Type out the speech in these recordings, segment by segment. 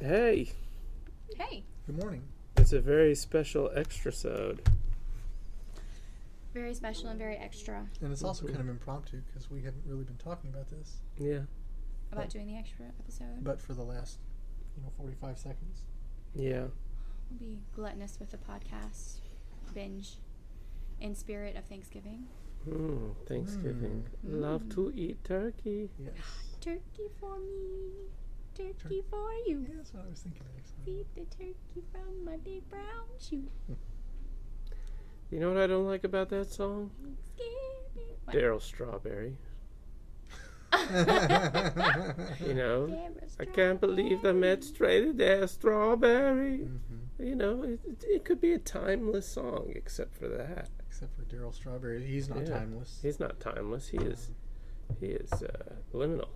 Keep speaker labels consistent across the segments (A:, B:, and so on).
A: Hey,
B: Hey,
C: Good morning.
A: it's a very special extrasode.
B: very special and very extra
C: And it's also
A: Mhm.
C: kind of impromptu because we haven't really been talking about this,
A: Yeah,
B: about doing the extra episode.
C: but for the last, you know, 45 seconds.
A: yeah.
B: We'll be gluttonous with the podcast binge in spirit of Thanksgiving.
A: Mm, Thanksgiving.
B: Hmm.
A: Love to eat turkey.
C: Yes.
B: Turkey for me, turkey
C: Turkey.
B: for
C: yeah,
B: you.
C: that's what I was thinking. Next
B: Feed the turkey from my big brown shoe.
A: You know what I don't like about that song?
B: Thanksgiving. What?
A: Daryl Strawberry. You know,
B: Sarah's
A: I can't believe the Mets traded their strawberry.
C: hmm
A: You know, it, it, it could be a timeless song except for that.
C: Except for Daryl Strawberry. He's not
A: Yeah.
C: timeless.
A: He's not timeless. He is, he is uh, liminal.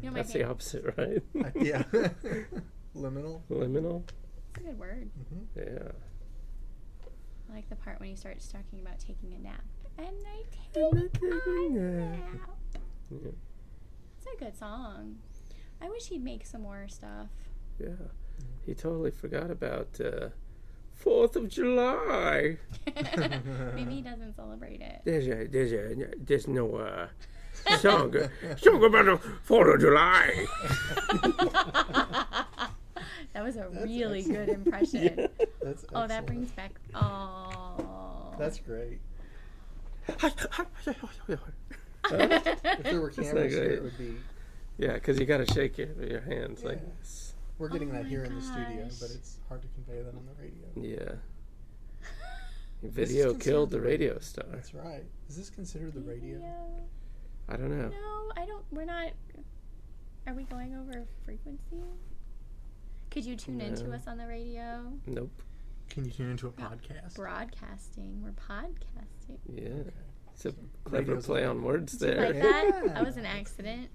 B: You know my
A: That's the
B: favorite.
A: opposite, right?
C: I- yeah. Liminal.
A: liminal.
B: It's a good word.
C: Mm-hmm.
A: Yeah.
B: I like the part when he starts talking about taking a nap. And I
A: And I
B: take
A: take a
B: a
A: nap.
B: nap.
A: Yeah.
B: It's a good song. I wish he'd make some more stuff.
A: Yeah, he totally forgot about uh, Fourth of July.
B: Maybe he doesn't celebrate it.
A: There's a there's a there's no uh, song song about the Fourth of July.
B: that was a really good impression.
C: That's
B: Oh, that
C: excellent.
B: brings back. Oh.
C: That's great. If there were
A: not great.
C: cameras here, it would be.
A: yeah, because you gotta shake your, your hands like
C: Yeah.
A: this.
C: We're getting
B: Oh
C: that
B: my
C: here in the studio,
B: gosh.
C: but it's hard to convey that on the radio.
A: Yeah. Video
C: considered
A: killed the
C: the radio.
A: radio star.
C: That's right. Is this considered the radio?
A: I don't know.
B: No, I don't. We're not. Are we going over frequency? Could you tune into
A: No.
B: us on the radio?
A: Nope.
C: Can you tune into a podcast?
B: Broadcasting. We're podcasting.
A: Yeah,
C: Okay.
A: it's a clever
C: Radio's
A: play on words
B: Like
A: there.
B: that?
C: Yeah.
B: That was an accident.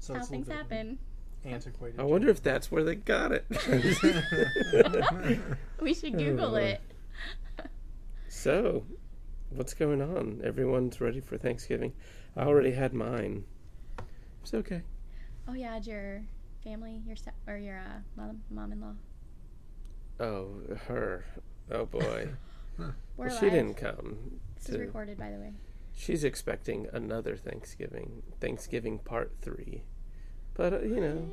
C: So
B: How
C: it's a
B: things
C: little bit
B: happen.
C: Antiquated.
A: I wonder if that's where they got it.
B: We should Google
A: Uh.
B: it.
A: So, what's going on? Everyone's ready for Thanksgiving. I already had mine. It's okay.
B: Oh yeah, it's your family, your step or your uh, mom, mom-in-law.
A: Oh, her. Oh boy.
B: We're
A: well,
B: alive.
A: she didn't come.
B: This is
A: To,
B: recorded, by the way.
A: she's expecting another Thanksgiving. Thanksgiving part three. But uh, you know,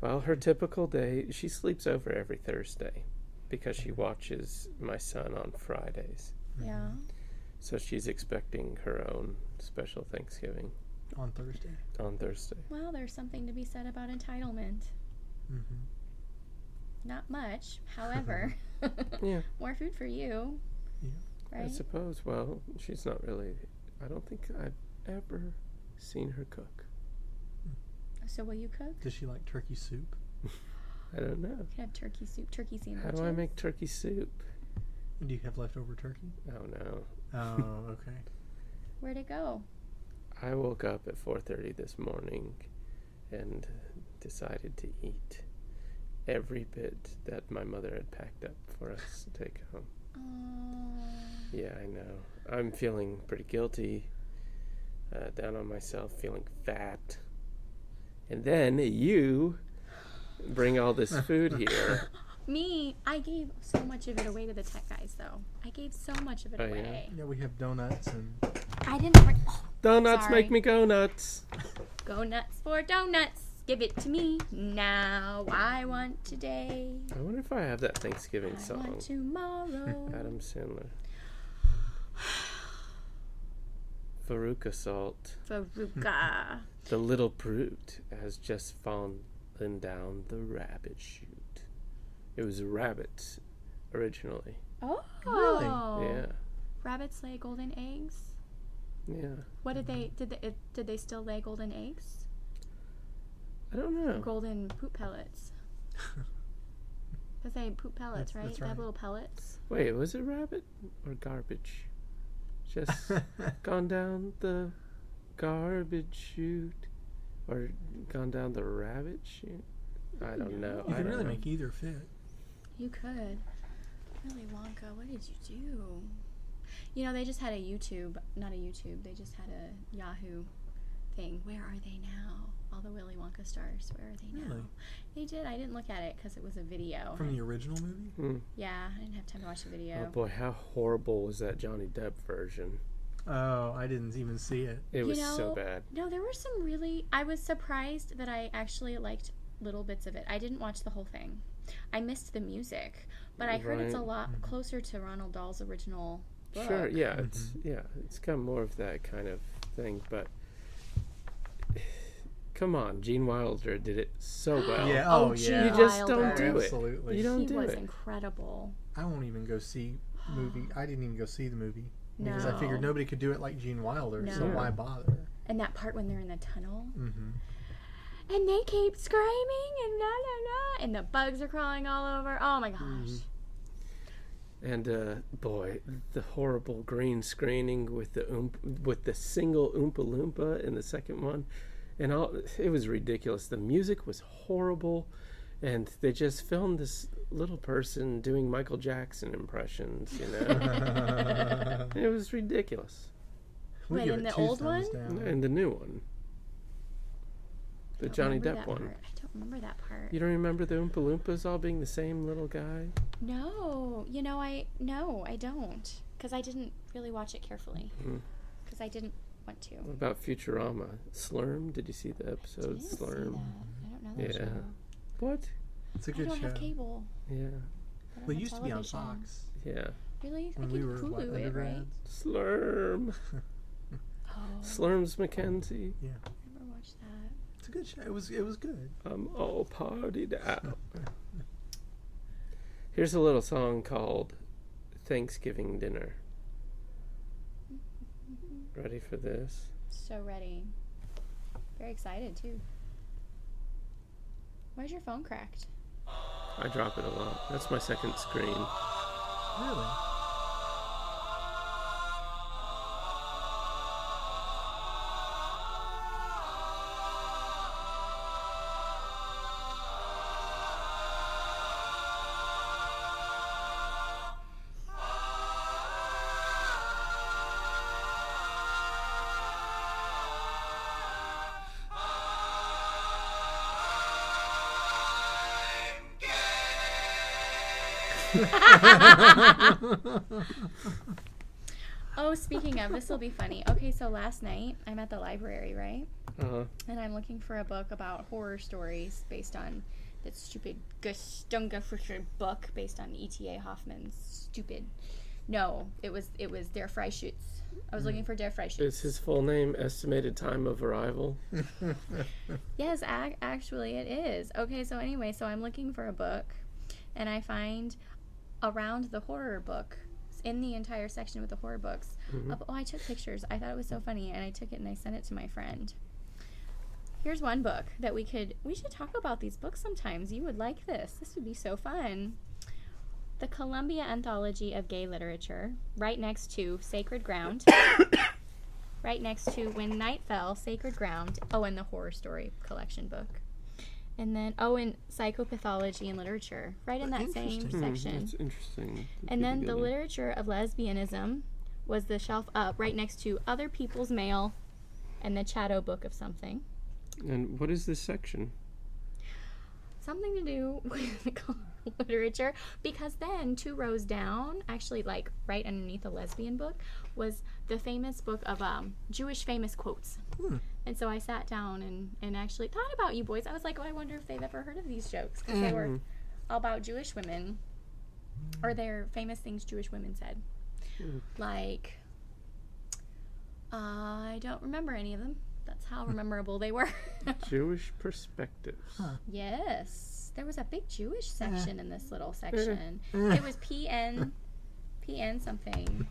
A: well, her typical day. She sleeps over every Thursday because she watches my son on Fridays.
B: Yeah.
A: So she's expecting her own special Thanksgiving
C: on Thursday.
A: on Thursday.
B: Well, there's something to be said about entitlement.
C: Mm-hmm.
B: Not much, however.
A: Yeah.
B: More food for you.
C: Yeah.
A: I
B: Right.
A: suppose. Well, she's not really. I don't think I've ever seen her cook.
B: So will you cook?
C: Does she like turkey soup?
A: I don't know.
B: You could have turkey soup, turkey sandwiches.
A: How do I make turkey soup?
C: Do you have leftover turkey?
A: Oh no!
C: Oh, okay.
B: Where'd it go?
A: I woke up at 4:30 this morning, and decided to eat every bit that my mother had packed up for us to take home.
B: Oh,
A: Yeah, I know. I'm feeling pretty guilty. Uh, down on myself, feeling fat. And then you bring all this food here.
B: me, I gave so much of it away to the tech guys, though. I gave so much of it
A: Oh, yeah?
B: away.
C: Yeah, we have donuts and
B: I didn't. Bring,
A: Donuts
B: Sorry.
A: make me go nuts.
B: Go nuts for donuts. Give it to me now. I want today.
A: I wonder if I have that Thanksgiving
B: I
A: song.
B: want tomorrow.
A: Adam Sandler. Veruca Salt.
B: Veruca.
A: The little brute has just fallen down the rabbit chute. It was rabbits originally.
B: Oh.
A: Yeah.
B: Rabbits lay golden eggs.
A: Yeah.
B: What did they did they it- did they still lay golden eggs?
A: I don't
C: Oh.
A: know.
B: Golden poop pellets. Cause they poop pellets,
C: That's-
B: right?
C: that's
B: They have
C: right.
B: little pellets.
A: Wait, was it rabbit or garbage? Just gone down the garbage chute or gone down the rabbit chute? I don't know.
C: you
A: I don't
C: can really
A: know.
C: make either fit.
B: You could. Really, Wonka, what did you do? You know, they just had a YouTube, not a YouTube, they just had a Yahoo thing. Where are they now? All the Willy Wonka stars, where are they now?
C: Really?
B: They did. I didn't look at it because it was a video.
C: From the original movie?
A: Hmm.
B: yeah, I didn't have time to watch the video.
A: Oh boy, how horrible was that Johnny Depp version?
C: Oh, I didn't even see it.
A: It
B: You
A: was so
B: know-
A: bad.
B: No, there were some really. I was surprised that I actually liked little bits of it. I didn't watch the whole thing. I missed the music, but I heard it's a
A: Right. Mm-hmm.
B: lot
C: Mhm.
B: closer to Ronald Dahl's original. Book.
A: Sure, yeah,
C: Mm-hmm.
A: it's yeah, it's kind of more of that kind of thing, but come on, Gene Wilder did it so well.
C: Yeah,
B: Oh,
C: oh, yeah.
A: You just don't
B: Wilder.
A: do it.
C: Absolutely.
A: You don't
B: he
A: do
B: was
A: it.
B: incredible.
C: I won't even go see movie. I didn't even go see the movie because I figured
B: No.
C: nobody could do it like Gene Wilder, so
B: No.
C: why bother?
B: And that part when they're in the tunnel
A: Mm-hmm.
C: hmm
B: and they keep screaming and la la la, and the bugs are crawling all over. Oh my gosh.
A: Mm-hmm. And uh, boy, the horrible green screening with the oomp- with the single Oompa Loompa in the second one, and all it was ridiculous. The music was horrible, and they just filmed this little person doing Michael Jackson impressions. You know, it was ridiculous.
C: We
B: Wait,
C: give
B: in
C: it
B: the
C: two
B: old
C: thumbs
B: one?
C: down.
A: And the new one, the
B: I don't
A: Johnny
B: remember
A: Depp
B: that
A: one.
B: Part. I don't remember that part.
A: You don't remember the Oompa Loompas all being the same little guy?
B: No, you know I no, I don't, because I didn't really watch it carefully,
A: Mm.
B: because I didn't want to.
A: What about Futurama? Slurm? Did you see the episode
B: Didn't see that. I
A: Slurm?
B: don't know that
A: Yeah.
B: show.
A: What?
C: It's a
B: I
C: good
B: don't
C: show.
B: have cable.
A: Yeah.
B: I don't
C: Well, it
B: have
C: used to be on
B: television.
C: Fox
A: Yeah.
B: Really?
C: when
B: I
C: we
B: could
C: were what,
B: Hulu it, right?
C: undergrads.
A: Slurm.
B: Oh,
A: Slurms Mackenzie.
B: I never watched that.
C: It's a good show. It was it was good.
A: I'm all partied out. Here's a little song called Thanksgiving Dinner. Ready for this?
B: So ready. Very excited too. Why's your phone cracked?
A: I drop it a lot. That's my second screen.
C: Really?
B: Oh. Oh, speaking of, this will be funny. Okay, so last night I'm at the library, right?
A: Uh,
B: and I'm looking for a book about horror stories based on that stupid Gustunga Frischer book based on E.T.A. Hoffman's stupid. No, it was it was Der Freischütz. I was looking for Der Freischütz.
A: is his full name estimated time of arrival?
B: Yes, ac- actually it is. Okay, so anyway, so I'm looking for a book, and I find around the horror book in the entire section with the horror books. of- oh, I took pictures. I thought it was so funny, and I took it and I sent it to my friend. Here's one book that we could we should talk about these books sometimes. You would like this. This would be so fun. The Columbia Anthology of Gay Literature, right next to Sacred Ground right next to When Night Fell, Sacred Ground. Oh, and the horror story collection book. And then, oh, and psychopathology and literature, right in that same
C: Interesting.
A: Hmm,
B: section.
A: that's interesting.
B: And then the
A: Together.
B: literature of lesbianism was the shelf up, right next to Other People's Mail and the Chatto Book of Something.
A: And what is this section?
B: Something to do with literature, because then two rows down, actually, like right underneath the lesbian book, was the famous book of um, Jewish famous quotes.
C: Hmm.
B: And so I sat down and, and actually thought about you boys. I was like, oh, I wonder if they've ever heard of these jokes. 'cause they were all about Jewish women or their famous things Jewish women said.
A: Mm.
B: Like, I don't remember any of them. That's how memorable they were.
A: Jewish perspectives.
B: yes. There was a big Jewish section in this little section. It was PN, PN something.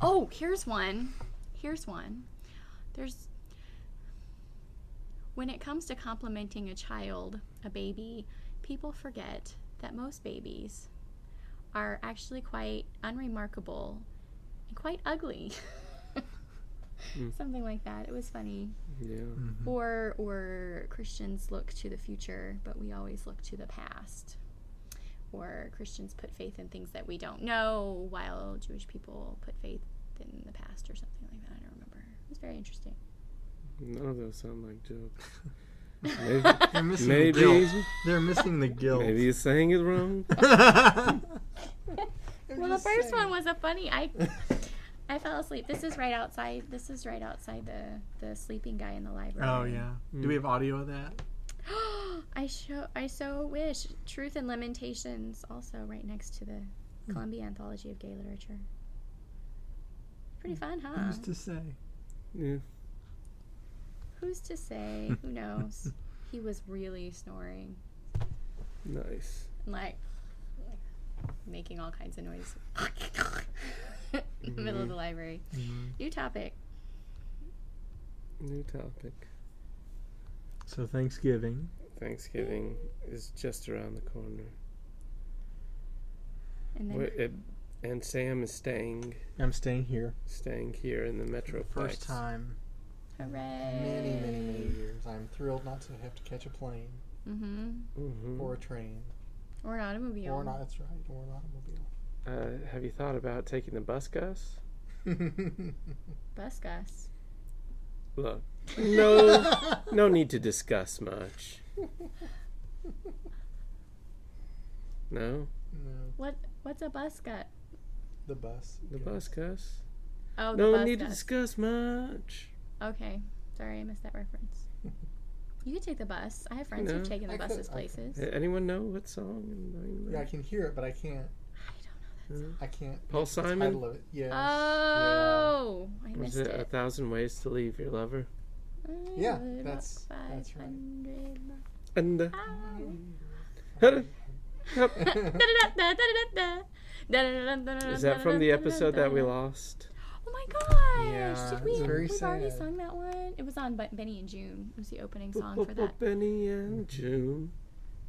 B: Oh, here's one. Here's one. There's when it comes to complimenting a child, a baby, people forget that most babies are actually quite unremarkable and quite ugly.
A: Mm.
B: Something like that. It was funny.
A: Yeah.
B: Or or Christians look to the future, but we always look to the past. Or Christians put faith in things that we don't know, while Jewish people put faith in the past or something like that. I don't remember. It was very interesting.
A: None of those sound like jokes. Maybe,
C: They're missing
A: maybe,
C: the guilt. They're missing the guilt.
A: maybe he's saying it wrong.
B: well, the first one was a funny. I I fell asleep. This is right outside. This is right outside the the sleeping guy in the
C: Oh
B: library.
C: yeah. Do we have audio of that?
B: I show. I so wish. Truth and Lamentations, also right next to the
C: Hmm.
B: Columbia Anthology of Gay Literature. Pretty fun, huh?
C: Hmm. Who's to say?
A: Yeah.
B: Who's to say? Who knows? he was really snoring,
A: Nice.
B: and, like making all kinds of noise in the
C: Mm-hmm.
B: middle of the library.
C: Mhm.
B: New topic.
A: New topic.
C: So Thanksgiving.
A: Thanksgiving is just around the corner.
B: And then
A: Wait, it, and Sam is staying
C: I'm staying here.
A: staying here in the Metroplex.
C: First time
B: hooray!
C: in many, many, many years. I'm thrilled not to have to catch a plane
B: Mm-hmm.
A: Mhm.
C: or a train
B: Or an automobile.
C: or not. That's right. Or an automobile.
A: Uh, have you thought about taking the bus, Gus?
B: Bus Gus.
A: Look, no, no need to discuss much. No,
C: no,
B: What? What's a bus gut?
C: the bus.
A: the bus, Gus.
B: Oh, the
A: No
B: bus
A: need to
B: Gus.
A: discuss much.
B: Okay, sorry, I missed that reference. You could take the bus. I have friends
A: No.
B: who've taken the
C: I
B: buses
C: could- I could.
B: places.
A: A- Anyone know what song? in English?
C: Yeah, I can hear it, but I can't. I can't.
A: Paul
C: the Title
A: Simon.
C: of it. Yes.
B: Oh, I
A: Was
B: missed
A: it
B: it.
A: a thousand ways to leave your lover?
C: Yeah,
B: Oh, about
C: that's- that's right.
B: 500 miles.
A: And uh, is that from the episode that we lost?
B: Oh my gosh!
C: Yeah,
B: Did we?
C: it's very
B: we've already
C: sad.
B: sung that one. It was on Bu- Benny and June. It was the opening song for that.
A: Benny and June.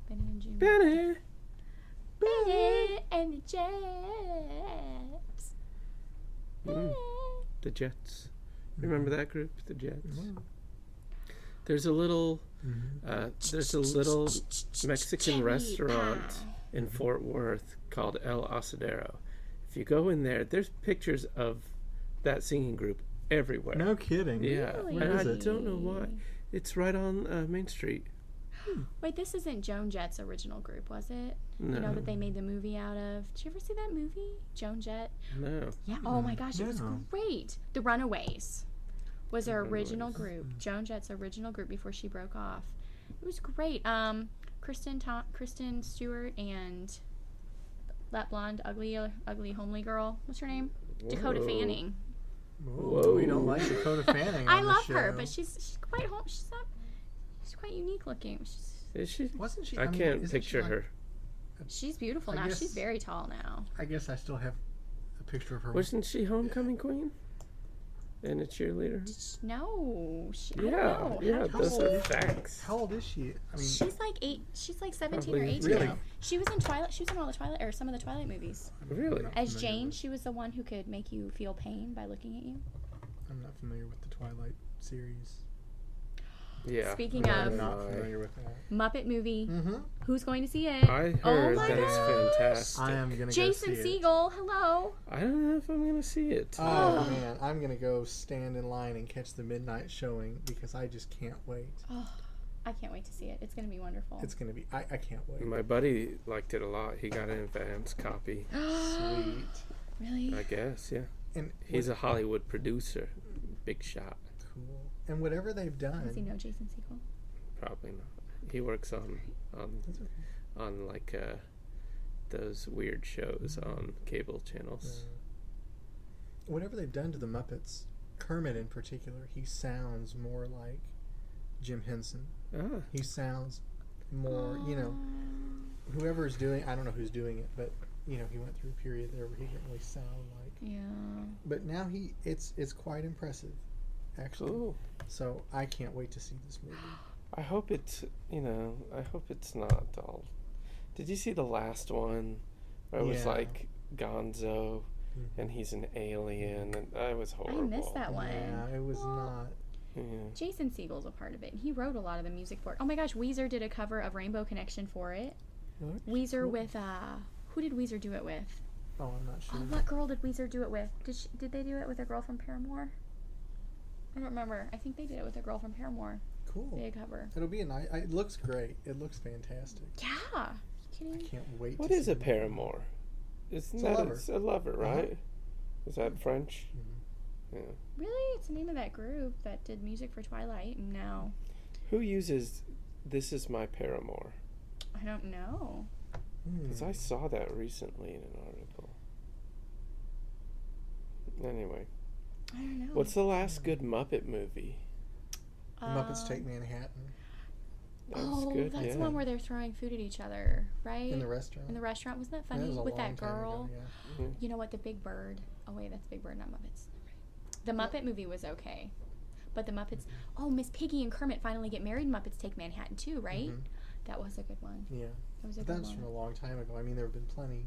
B: Benny and June.
A: Benny.
B: Benny and the Jets.
A: Mm, the Jets. Remember that group, the Jets? There's a little, uh, there's a little Mexican restaurant in Fort Worth called El Asadero. If you go in there, there's pictures of that singing group everywhere.
C: No kidding.
A: Yeah,
B: Really?
A: and I
C: Where is it?
A: don't know why. It's right on uh, Main Street.
B: Wait, this isn't Joan Jett's original group, was it?
A: No,
B: You know that they made the movie out of. Did you ever see that movie, Joan Jett?
A: no.
B: Yeah. Oh my gosh, it was
C: No.
B: great. The Runaways was their original
A: Runaways.
B: group. Joan Jett's original group before she broke off. It was great. Um, Kristen Tom- Kristen Stewart and that blonde, ugly, ugly, homely girl. What's her name? Dakota
A: Whoa.
B: Fanning.
C: Whoa. We don't like Dakota Fanning.
B: I
C: on
B: love
C: the
B: her,
C: show.
B: but she's she's quite home. She's not. She's quite unique looking. She's
A: Is she?
C: wasn't she?
A: I
C: mean,
A: can't
C: isn't she
A: picture
C: like-
A: her.
B: she's beautiful
C: I
B: now.
C: guess-
B: She's very tall now.
C: I guess I still have a picture of her.
A: Wasn't she homecoming queen? And a cheerleader?
B: No, she, I don't
A: Yeah,
B: know.
A: yeah,
B: How
C: how
A: those
C: old
A: are
C: is she?
A: facts.
C: How old is she? I mean,
B: She's like eight. She's like seventeen or
A: Probably-
B: eighteen.
C: Really?
B: now. She was in Twilight. She was in all the Twilight or some of the Twilight movies.
A: Really?
B: As
C: familiar
B: Jane,
C: with-
B: she was the one who could make you feel pain by looking at you.
C: I'm not familiar with the Twilight series.
A: Yeah.
B: Speaking
A: No,
B: of-
C: I'm not
A: no, I-
C: familiar with that.
B: Muppet movie.
C: Mm-hmm.
B: Who's going to see it?
A: I heard
B: Oh my
A: that it's
B: gosh.
A: fantastic.
C: I am gonna
B: Jason
C: go see it.
B: Siegel. Hello.
A: I don't know if I'm gonna see it.
C: Oh man, I'm gonna go stand in line and catch the midnight showing because I just can't wait.
B: Oh, I can't wait to see it. It's going to be wonderful.
C: It's gonna be. I, I can't wait.
A: My buddy liked it a lot. He got an advance copy.
C: Sweet.
B: really?
A: I guess, yeah.
C: And
A: He's a Hollywood producer. Big shot.
C: cool. And whatever they've
B: Does he
C: done.
B: know Jason Siegel?
A: Probably not. He works on on
C: That's okay.
A: on like uh those weird shows on cable channels.
C: Whatever they've done to the Muppets, Kermit in particular, he sounds more like Jim Henson.
A: Ah,
C: He sounds more, you know, whoever's doing. I don't know who's doing it, but you know, he went through a period there where he didn't really sound like.
B: Yeah.
C: But now he, it's it's quite impressive, actually.
A: cool.
C: So I can't wait to see this movie.
A: I hope it's you know, I hope it's not all Did you see the last one where it was
C: Yeah. Mm-hmm.
A: like Gonzo and he's an alien and I was horrible.
B: I missed that one.
C: Yeah, it was
B: Well,
C: not.
A: Yeah.
B: Jason Siegel's a part of it. He wrote a lot of the music for it. Oh my gosh, Weezer did a cover of Rainbow Connection for it.
C: What?
B: Weezer with uh, who did Weezer do it with?
C: Oh, I'm not sure.
B: Oh, what girl did Weezer do it with? Did she, did they do it with a girl from Paramore? I don't remember. I think they did it with a girl from Paramore.
C: Cool.
B: big cover.
C: It'll be a nice. It looks great. It looks fantastic.
B: Yeah. Are you
C: I
B: kidding?
C: can't wait.
A: What
C: to
A: is
C: see
A: a
C: it.
A: paramour? Isn't
C: It's a
A: that
C: lover. Uh-huh.
A: it's a lover, right? Is that French?
C: Mhm.
A: Yeah.
B: Really? It's the name of that group that did music for Twilight? No.
A: Who uses "This is my paramour"?
B: I don't know.
C: Hmm.
A: Because I saw that recently in an article. Anyway,
B: I don't know.
A: what's the last good Muppet movie?
C: The Muppets Take
B: Um,
C: Manhattan
A: That was
B: Oh,
A: good.
B: that's
A: yeah.
B: the one where they're throwing food at each other, right?
C: in the restaurant.
B: In the restaurant. Wasn't that
C: That
B: funny
C: was a
B: with
C: long
B: that
C: time ago,
B: girl?
C: yeah.
B: You know what? The Big Bird. Oh wait, that's Big Bird, not Muppets. The Muppet movie was okay, but the Muppets. Oh, Miss Piggy and Kermit finally get married. and Muppets take Manhattan too, right?
C: Mhm.
B: That was a good one.
C: Yeah.
B: That was a
C: But that
B: good
C: was
B: one.
C: from a long time ago. I mean, there have been plenty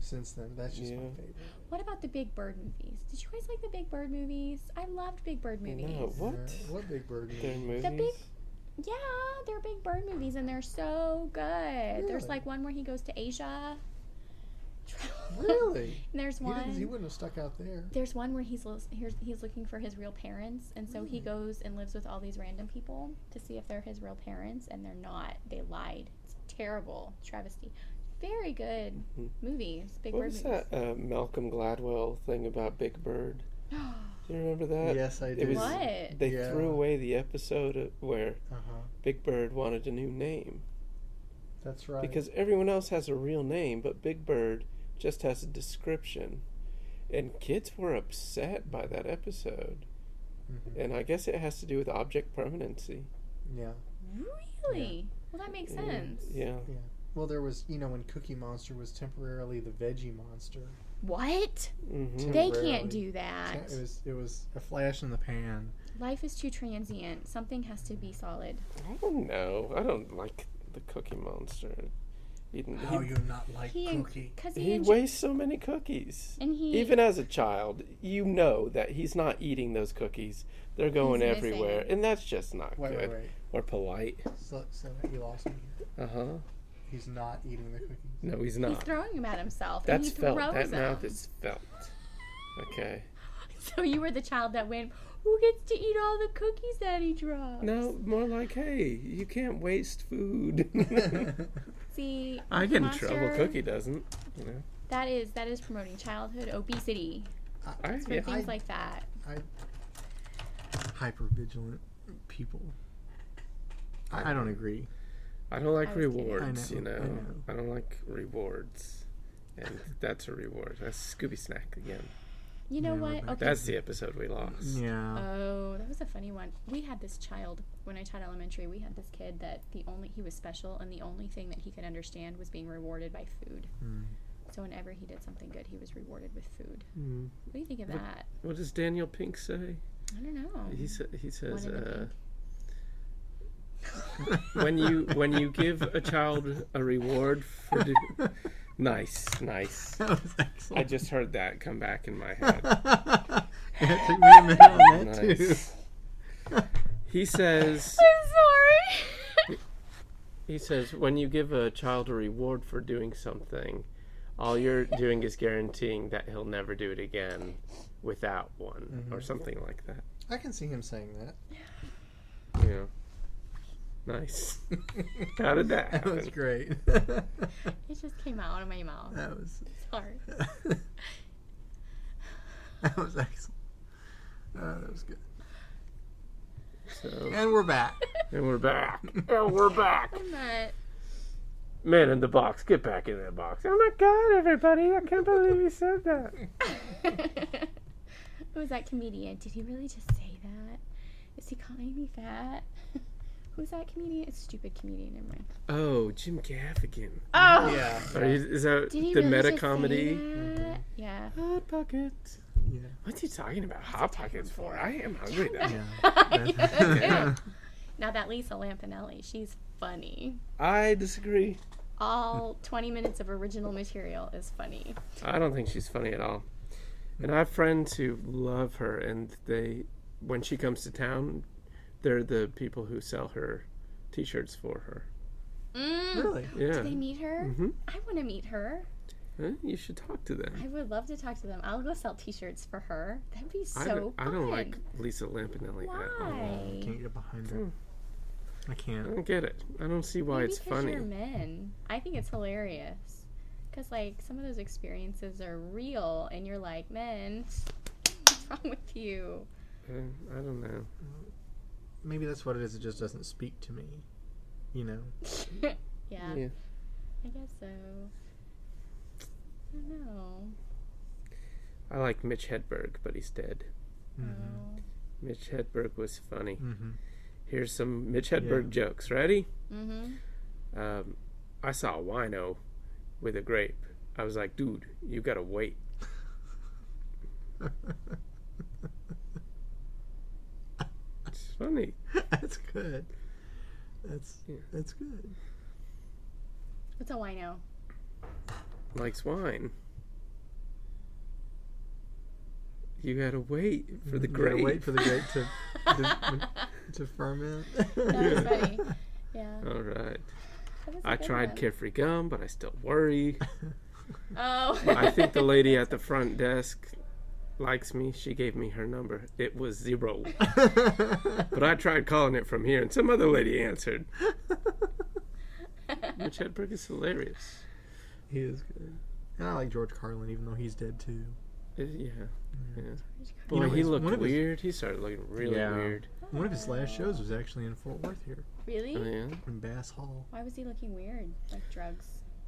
C: since then. but That's just my
A: Yeah.
C: favorite.
B: What about the Big Bird movies? Did you guys like the Big Bird movies? I loved Big
C: Oh,
B: Bird movies.
A: No. What?
C: Yeah. What Big Bird
A: Their
C: movie?
A: movies.
B: big- Yeah, they're Big Bird movies, and they're so good. There's
C: Really?
B: like one where he goes to Asia.
C: Really?
B: And there's
C: He,
B: one.
C: didn't, he wouldn't have stuck out there.
B: There's one where he's lo- here's, he's looking for his real parents, and so he
C: Mm.
B: goes and lives with all these random people to see if they're his real parents, and they're not. They lied. It's terrible travesty. Very good
A: Mhm.
B: movies. Big
A: What
B: Bird
A: was
B: movies.
A: that uh, Malcolm Gladwell thing about Big Bird? Do you remember that?
C: yes,
A: Uh,
C: I
A: it
C: do.
A: was-
B: what?
A: They
C: Yeah.
A: threw away the episode of- where
C: Uh-huh.
A: Big Bird wanted a new name
C: That's right.
A: because everyone else has a real name, but Big Bird just has a description. And kids were upset by that episode.
C: Mhm.
A: And I guess it has to do with object permanency.
C: yeah.
B: Really? Well, that makes
A: And-
B: sense.
A: Mm. Yeah.
C: Well, there was, you know, when Cookie Monster was temporarily the Veggie Monster.
B: What?
A: hmm
C: Tim-
B: They
C: Temporarily.
B: can't do
C: It
B: that.
C: was it was a flash in the pan.
B: Life is too transient. Something has to be solid.
A: I don't know. I don't like the Cookie Monster. He, didn't- he,
C: you Oh, not like
B: he en- Cause
A: he
B: he, enj-
A: wastes so many cookies.
B: and he
A: Even as a child, you know that he's not eating those cookies. They're going
B: missing.
A: everywhere, and that's just not
C: Wait,
A: good
C: wait, wait.
A: or polite.
C: So, so you lost me. here.
A: Uh huh.
C: He's not eating the cookies.
A: No, he's not.
B: he's throwing them at himself.
A: that's
B: and he throws
A: felt. That
B: them.
A: mouth is felt. Okay.
B: So you were the child that went, who gets to eat all the cookies that he drops?
A: No, more like, hey, you can't waste food.
B: See,
A: I get in
B: Monster,
A: trouble. Cookie doesn't. You know.
B: That is that is promoting childhood obesity
A: I,
B: for
A: yeah.
B: things
C: I-
B: like that.
C: Hyper vigilant people. I, I don't agree.
A: I don't like
B: I was kidding.
A: rewards.
C: I know,
A: you
C: I
A: know?
C: know.
A: I don't like rewards. And that's a reward. That's Scooby Snack again.
B: You know
C: Yeah,
B: what?
C: Rebecca.
B: Okay.
A: That's the episode we lost.
C: Yeah.
B: Oh, that was a funny one. We had this child when I taught elementary. We had this kid that the only he was special, and the only thing that he could understand was being rewarded by food.
A: Hmm.
C: Mm.
B: So whenever he did something good, he was rewarded with food.
A: Mm.
B: What do you think of
A: What-
B: that?
A: What does Daniel Pink say?
B: I don't know.
A: He sa- he says
B: One in the
A: uh,
B: pink.
A: when you when you give a child a reward for do- nice nice.
C: that was
A: I
C: excellent.
A: just heard that come back in my head.
C: it took me a minute on that too.
A: Nice. He says
B: I'm sorry.
A: he says when you give a child a reward for doing something, all you're doing is guaranteeing that he'll never do it again without one or something like that.
C: I can see him saying that.
A: Yeah. Nice. How did that
C: That
A: happen?
C: was great. that
B: it just came out of my mouth.
C: was
B: Sorry.
C: that was excellent. Uh, that was good.
A: So,
C: And we're back.
A: and we're back. And we're back.
B: I'm not.
A: Man in the box, get back in that box. Oh my god, everybody, I can't believe you said that.
B: Who was that comedian? Did he really just say that? Is he calling me fat? Who's that comedian? It's a stupid comedian, never mind.
A: Oh, Jim Gaffigan.
B: Oh!
C: yeah.
A: Are you, is that
B: Did he
A: the
B: really
A: meta
B: just say
A: comedy?
B: that? Yeah.
A: Hot pockets.
C: Yeah.
A: What's he talking about? Hot pockets for? I am hungry now.
C: Yeah.
A: Mm-hmm.
B: Yeah, too. now that Lisa Lampanelli, she's funny.
A: I disagree.
B: All 20 minutes of original material is funny.
A: I don't think she's funny at all. And I have friends who love her, and they, when she comes to town, they're the people who sell her T-shirts for her.
B: Mm.
C: Really?
A: Yeah.
B: Did they meet her?
A: Mhm.
B: I want to meet her.
A: Huh? You should talk to them.
B: I would love to talk to them. I'll go sell T-shirts for her. That'd be
A: I
B: so
A: don't, I don't
B: fun.
A: like Lisa Lampanelli at all.
B: Why?
C: Can't get behind her. I
A: I
C: can't.
A: don't get it. I don't see why
B: Maybe
A: it's
B: 'cause
A: funny.
B: You're men. I think it's hilarious. Cause like some of those experiences are real, and you're like, men, what's wrong with you?
A: Uh, I don't know.
C: Maybe that's what it is. It just doesn't speak to me. You know.
B: yeah,
A: Yeah.
B: I guess so. I don't know.
A: I like Mitch Hedberg, but he's dead.
C: Mm-hmm.
B: Oh.
A: Mitch Hedberg was funny.
C: Mm-hmm.
B: Mm.
A: Here's some Mitch Hedberg jokes. Ready?
B: Mm-hmm.
A: Um, I saw a wino with a grape. I was like, dude, you gotta wait.
C: Mm-hmm.
A: It's funny.
C: that's good. That's
A: Yeah.
C: that's good.
B: What's a wino?
A: Likes wine. You gotta wait for the
C: You gotta
A: grape.
C: Wait for the grape to to, to ferment.
B: was funny. Yeah.
A: All right.
B: that was a
A: I
B: good
A: tried
B: one.
A: Carefree Gum, but I still worry.
B: Oh.
A: I think the lady at the front desk likes me. She gave me her number. It was zero. But I tried calling it from here, and some other lady answered. Mitch Hedberg is hilarious.
C: he is good. And I like George Carlin, even though he's dead too.
A: Uh, yeah.
C: You know,
A: Boy, he
C: his-
A: looked
C: one of his-
A: weird. He started looking really
C: Yeah.
A: weird.
C: One of his last shows was actually in Fort Worth here,
B: really?
A: Oh, yeah.
C: in Bass Hall.
B: Why was he looking weird? Like drugs.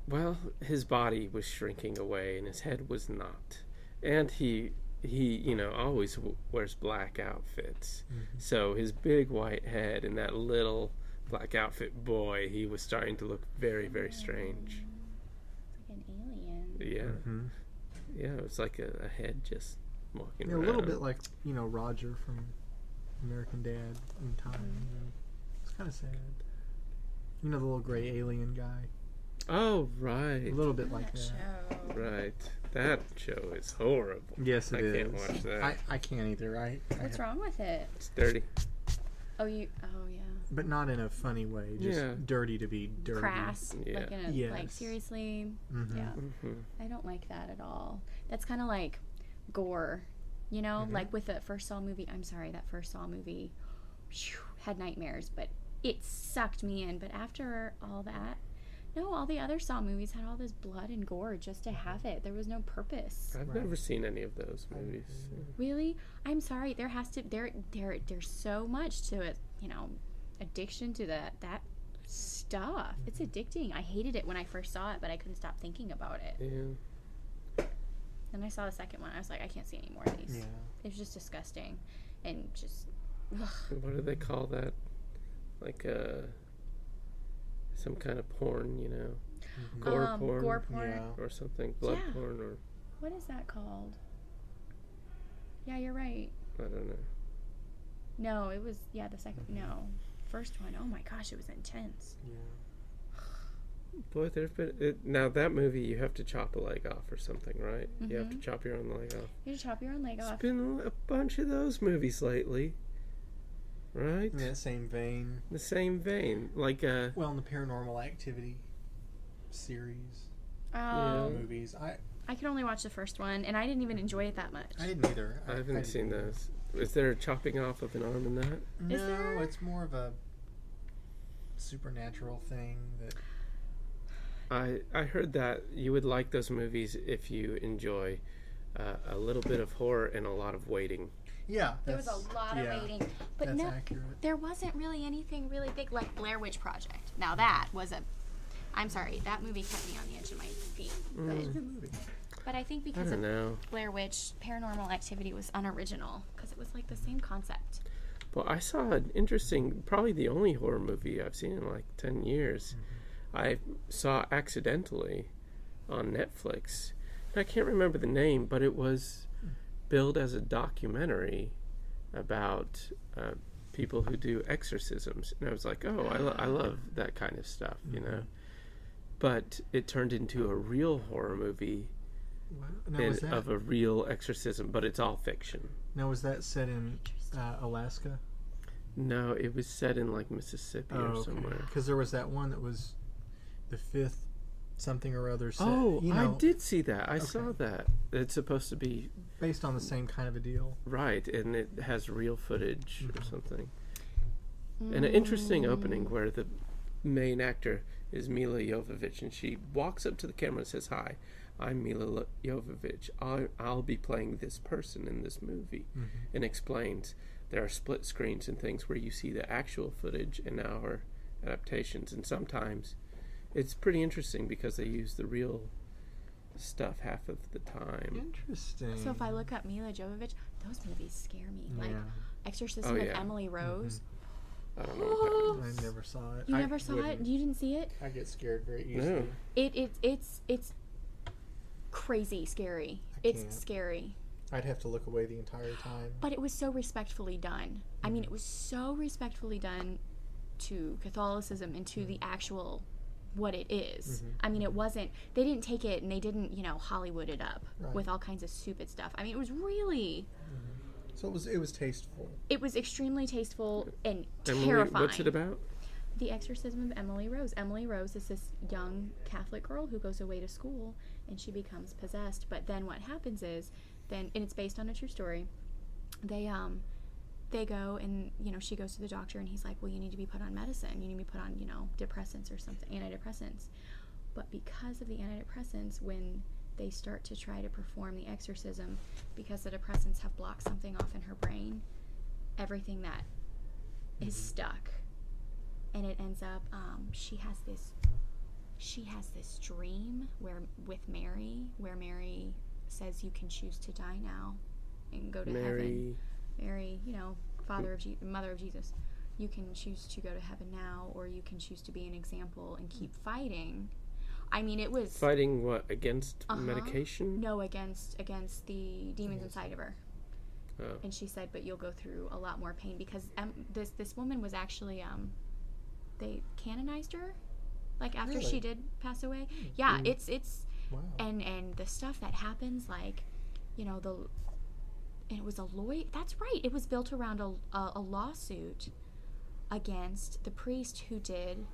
A: Well, his body was shrinking away, and his head was not. And he he you know always w- wears black outfits, so his big white head and that little black outfit boy, he was starting to look very very strange.
B: It's like an alien.
A: Yeah,
C: Mhm.
A: yeah, it was like a, a head just walking
C: Yeah, a
A: around.
C: little bit like you know Roger from American Dad in time. You know, it's kind of sad. You know the little gray alien guy.
A: Oh right,
C: A little bit like
B: That
C: that.
B: show.
A: right. That show is horrible.
C: Yes,
A: I
C: it is.
A: can't watch that.
C: I, I can't either. I, I
B: What's
C: have-
B: wrong with it?
A: It's dirty.
B: Oh, you. Oh, yeah.
C: but not in a funny way. Just
A: Yeah.
C: dirty to be dirty.
B: Crass. Like,
A: Yeah.
B: in a, like
C: Yes.
B: seriously.
C: Mhm.
B: Yeah.
A: hmm
B: I don't like that at all. That's kind of like gore, you know?
C: Mm-hmm.
B: Like with the first Saw movie. I'm sorry, that first Saw movie phew, had nightmares, but it sucked me in. But after all that, no, all the other Saw movies had all this blood and gore just to
C: Mm-hmm.
B: have it. There was no purpose.
A: I've
C: Right. Mm-hmm.
A: never seen any of those movies.
B: really i'm sorry there has to there there there's so much to it you know addiction to that that stuff it's addicting i hated it when i first saw it but i couldn't stop thinking about it
A: Yeah.
B: then i saw the second one i was like i can't see any more of these
C: Yeah.
B: it was just disgusting and just ugh.
A: what do they call that? Like uh some kind of porn, you know, gore
B: um,
A: porn
B: gore porn
C: Yeah.
A: or something, blood
B: Yeah.
A: porn or
B: what is that called yeah you're right
A: I don't know.
B: no it was yeah the second no first one oh my gosh it was intense
C: Yeah.
A: Boy, there've been it, now that movie. You have to chop a leg off or something, right? You have to
B: Mhm.
A: chop your own leg off.
B: you just chop your own leg
A: It's
B: off
A: been a bunch of those movies lately, right?
C: In that same vein.
A: The same vein, like uh,
C: Well, in the Paranormal Activity series
B: oh
A: Yeah.
C: movies, I
B: I could only watch the first one, and I didn't even enjoy it that much.
C: I didn't either.
A: I haven't
C: didn't
A: seen
C: either.
A: those. Is there a chopping off of an arm in that?
C: No,
B: Is there-
C: it's more of a supernatural thing that
A: I I heard that you would like those movies if you enjoy uh, a little bit of horror and a lot of waiting.
C: yeah
B: there was
C: that's-
B: a lot of
C: yeah,
B: waiting, but
C: that's
B: no,
C: accurate
B: there wasn't really anything really big like Blair Witch Project. Now that was a, I'm sorry, that movie kept me on the edge of my feet. But,
C: movie
B: but I think
A: Mm. I
B: because
A: don't
B: of
A: know.
B: Blair Witch, Paranormal Activity was unoriginal because it was like the same concept.
A: Well, I saw an interesting, probably the only horror movie I've seen in like ten years.
C: Mm-hmm.
A: I saw accidentally on Netflix. And I can't remember the name, but it was billed as a documentary about uh, people who do exorcisms, and I was like, oh, I, lo-
C: Ah.
A: I love that kind of stuff, you know.
C: Mm-hmm.
A: But it turned into a real horror movie
C: wow. now,
A: and
C: was that,
A: of a real exorcism, but it's all fiction.
C: now was that set in uh, Alaska
A: No, it
C: Oh,
A: was set in like Mississippi or somewhere.
C: because there was that one that was the fifth something or other said.
A: Oh,
C: you
A: I
C: know,
A: did see that. I
C: Okay.
A: saw that. It's supposed to be
C: based on the same kind of a deal.
A: right, and it has real footage or
C: Mhm.
A: something. And an interesting
B: Mm.
A: opening where the main actor is Mila Jovovich, and she walks up to the camera and says, "Hi, I'm Mila Lo- Jovovich. I, I'll be playing this person in this movie,"
C: Mm-hmm.
A: and explains there are split screens and things where you see the actual footage and our adaptations, and sometimes it's pretty interesting because they use the real stuff half of the time.
C: Interesting.
B: So if I look up Mila Jovovich, those movies scare me.
C: yeah, Mm-hmm.
B: Like Exorcism
A: Oh,
B: of
A: yeah.
B: Emily Rose.
A: I don't know. What that
C: I never saw it.
B: You
A: I
B: never saw
C: wouldn't.
B: it? You didn't see it?
C: I get scared very
A: easily. No.
B: It it it's it's crazy scary.
C: I
B: It's
C: can't.
B: scary.
C: I'd have to look away the entire time.
B: But it was so respectfully done. I mean, it was so respectfully done to Catholicism and to
C: Mm-hmm.
B: the actual what it is. I mean, it wasn't they didn't take it and they didn't, you know, Hollywood it up
C: Right.
B: with all kinds of stupid stuff. I mean, it was really
C: So it was it was tasteful.
B: it was extremely tasteful and
A: Emily,
B: terrifying.
A: what's it about?
B: The Exorcism of Emily Rose. Emily Rose is this young Catholic girl who goes away to school and she becomes possessed. But then what happens is, then and it's based on a true story. They um, they go and you know she goes to the doctor and he's like, well, you need to be put on medicine. You need to be put on you know depressants or something, antidepressants. But because of the antidepressants, when they start to try to perform the exorcism, because the depressants have blocked something off in her brain, everything that is stuck and it ends up um, she has this she has this dream where with Mary where Mary says you can choose to die now and go to heaven
A: Mary.
B: Mary you know father of Je- mother of Jesus you can choose to go to heaven now or you can choose to be an example and keep fighting I mean it was
A: Fighting what against
B: Uh-huh.
A: medication?
B: no against against the demons inside of her
A: Oh.
B: and she said but you'll go through a lot more pain because um, this this woman was actually um they canonized her like after
C: Really?
B: she did pass away yeah it's it's
C: Wow.
B: and and the stuff that happens like you know the and it was a lawyer that's right it was built around a, a, a lawsuit against the priest who did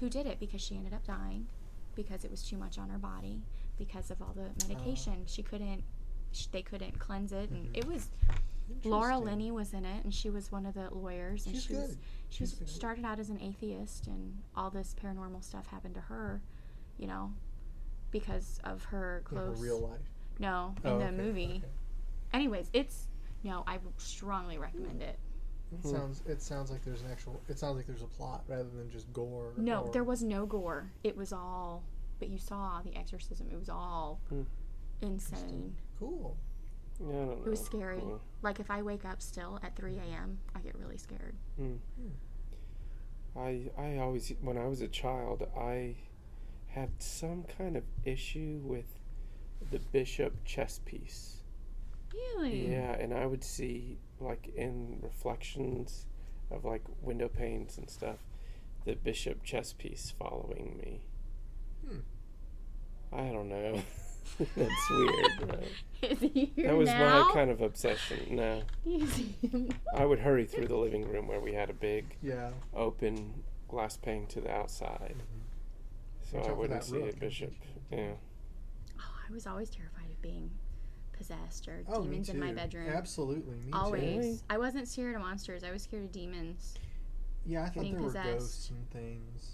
B: who did it because she ended up dying because it was too much on her body because of all the
C: Oh.
B: medication she couldn't sh- they couldn't cleanse it and it was Laura
C: Mm-hmm. Interesting.
B: Linney was in it and she was one of the lawyers and
C: She's
B: she was
C: good.
B: she was
C: She's good.
B: started out as an atheist and all this paranormal stuff happened to her you know because of her
C: In her
B: close
C: real life.
B: no in
C: Oh,
B: the
C: okay,
B: movie
C: okay.
B: anyways it's no i strongly recommend it
C: It sounds it sounds like there's an actual it sounds like there's a plot rather than just gore.
B: no
C: or-
B: there was no gore it was all but you saw the exorcism it was all
A: Hmm.
B: insane
C: cool.
A: Yeah, I don't know.
B: it
C: Oh,
B: was scary
A: Cool.
B: like if i wake up still at 3 a.m i get really scared
A: I I always when I was a child I had some kind of issue with the bishop chess piece.
C: Hmm.
B: really
A: Yeah, and I would see like in reflections of like window panes and stuff, the bishop chess piece following me.
C: Hmm.
A: I don't know. That's weird. right?
B: Is he here
A: That was
B: now?
A: my kind of obsession. No,
B: Is he in-
A: I would hurry through the living room where we had a big
C: Yeah.
A: open glass pane to the outside. So
C: Mm-hmm. Watch out
A: I
C: for
A: wouldn't
C: that
A: see a
C: rook.
A: bishop. Yeah.
B: oh, i was always terrified of being possessed or
C: Oh,
B: demons
C: me
B: in
C: too.
B: my bedroom
C: Absolutely, me
B: always
C: too.
A: Really?
B: i wasn't scared of monsters i was scared of demons
C: Yeah, I thought
B: Being
C: there were
B: possessed.
C: ghosts and things.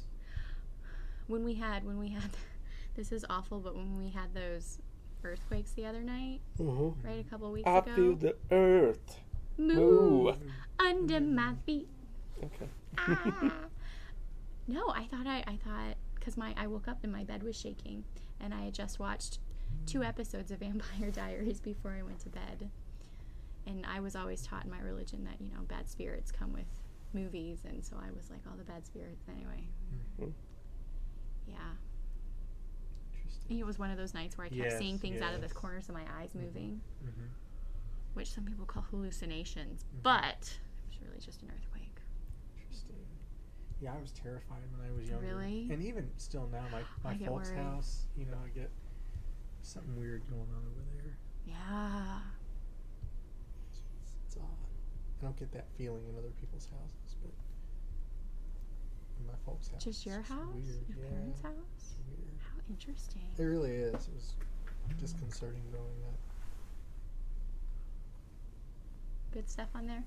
B: when we had when we had this is awful but when we had those earthquakes the other night
A: Uh-huh.
B: right a couple weeks
A: I
B: ago
A: feel the earth.
B: move
A: Ooh.
B: under my feet
A: Okay.
B: ah. no i thought i i thought because my i woke up and my bed was shaking and i had just watched two episodes of vampire diaries before i went to bed and i was always taught in my religion that you know bad spirits come with movies and so i was like all the bad spirits anyway
C: Mm-hmm.
A: Mhm.
B: yeah
C: Interesting.
B: It was one of those nights where I kept
C: Yes,
B: seeing things out of the
C: yes.
B: corners of my eyes moving,
C: Mhm.
B: which some people call hallucinations,
C: Mm-hmm.
B: but it was really just an earthquake.
C: Interesting. Yeah, I was terrified when I was younger.
B: Really?
C: And even still now, my,
B: I
C: my
B: get
C: folks'
B: worried.
C: house, you know, I get something weird going on over there.
B: Yeah.
C: It's, it's odd. I don't get that feeling in other people's houses, but in my folks' house.
B: Just your
C: it's
B: house?
C: Weird.
B: Your
C: yeah,
B: parents'
C: it's
B: house?
C: weird.
B: How Interesting.
C: It really is. It was disconcerting knowing that.
B: Good stuff on there.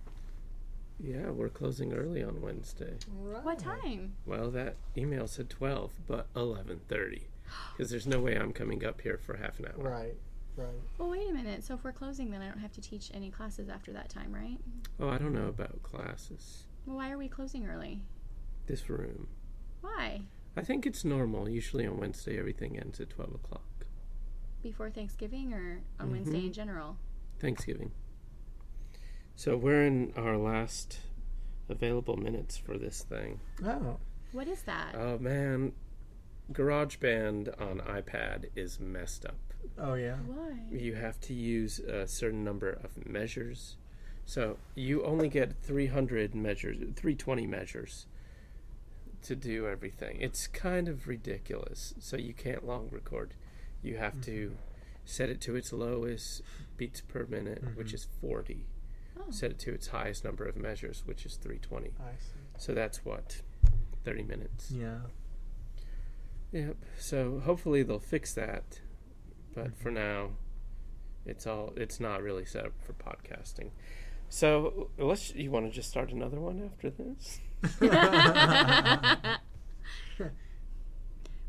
A: Yeah, we're closing early on Wednesday.
B: What time?
A: Well, that email said 12, but 11:30 because there's no way I'm coming up here for half an hour.
C: Right, right.
B: Well, wait a minute. So if we're closing, then I don't have to teach any classes after that time, right?
A: Oh, I don't know about classes.
B: Well, why are we closing early?
A: This room.
B: Why?
A: I think it's normal. Usually on Wednesday, everything ends at 12 o'clock.
B: Before Thanksgiving or on
C: Mm-hmm.
B: Wednesday in general?
A: Thanksgiving. So we're in our last available minutes for this thing.
C: Oh,
B: What is that?
C: Uh,
A: Oh man, GarageBand on iPad is messed up.
C: oh yeah.
B: why?
A: You have to use a certain number of measures. So you only get 300 measures, 320 measures to do everything. It's kind of ridiculous. So you can't long record. You have to set it to its lowest beats per minute, which is 40.
B: Oh.
A: Set it to its highest number of measures, which is 320.
C: I see.
A: So that's what 30 minutes.
C: Yeah.
A: Yep. So hopefully they'll fix that, but for now, it's all it's not really set up for podcasting. So let's. You want to just start another one after this?
B: Oh.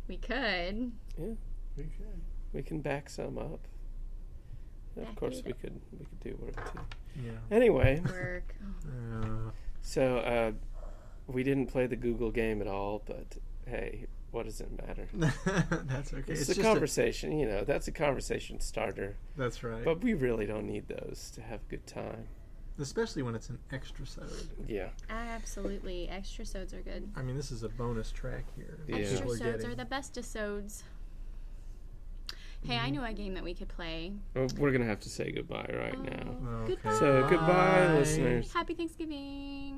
B: we could.
C: We could.
A: We can back some up. And of
B: Back
A: course,
B: it
A: we could we could do work too.
C: Yeah.
A: Anyway,
B: Work. Oh,
C: Uh,
A: so uh, we didn't play the Google game at all, but hey, what does it matter?
C: that's okay.
A: It's,
C: It's,
A: a
C: just a-
A: conversation, you know. That's a conversation starter,
C: that's right.
A: but we really don't need those to have a good time.
C: Especially when it's an extra sode.
A: Yeah.
B: absolutely. Extra sods are good.
C: I mean, this is a bonus track here. that
A: Yeah.
B: Extra
C: people are
B: sods
C: getting.
B: are the best of sods. Hey,
C: Mm-hmm.
B: I know a game that we could play.
A: Well, we're gonna have to say goodbye right now.
B: Oh,
C: Okay.
B: Goodbye.
A: So goodbye,
C: Bye.
A: listeners.
B: Happy Thanksgiving.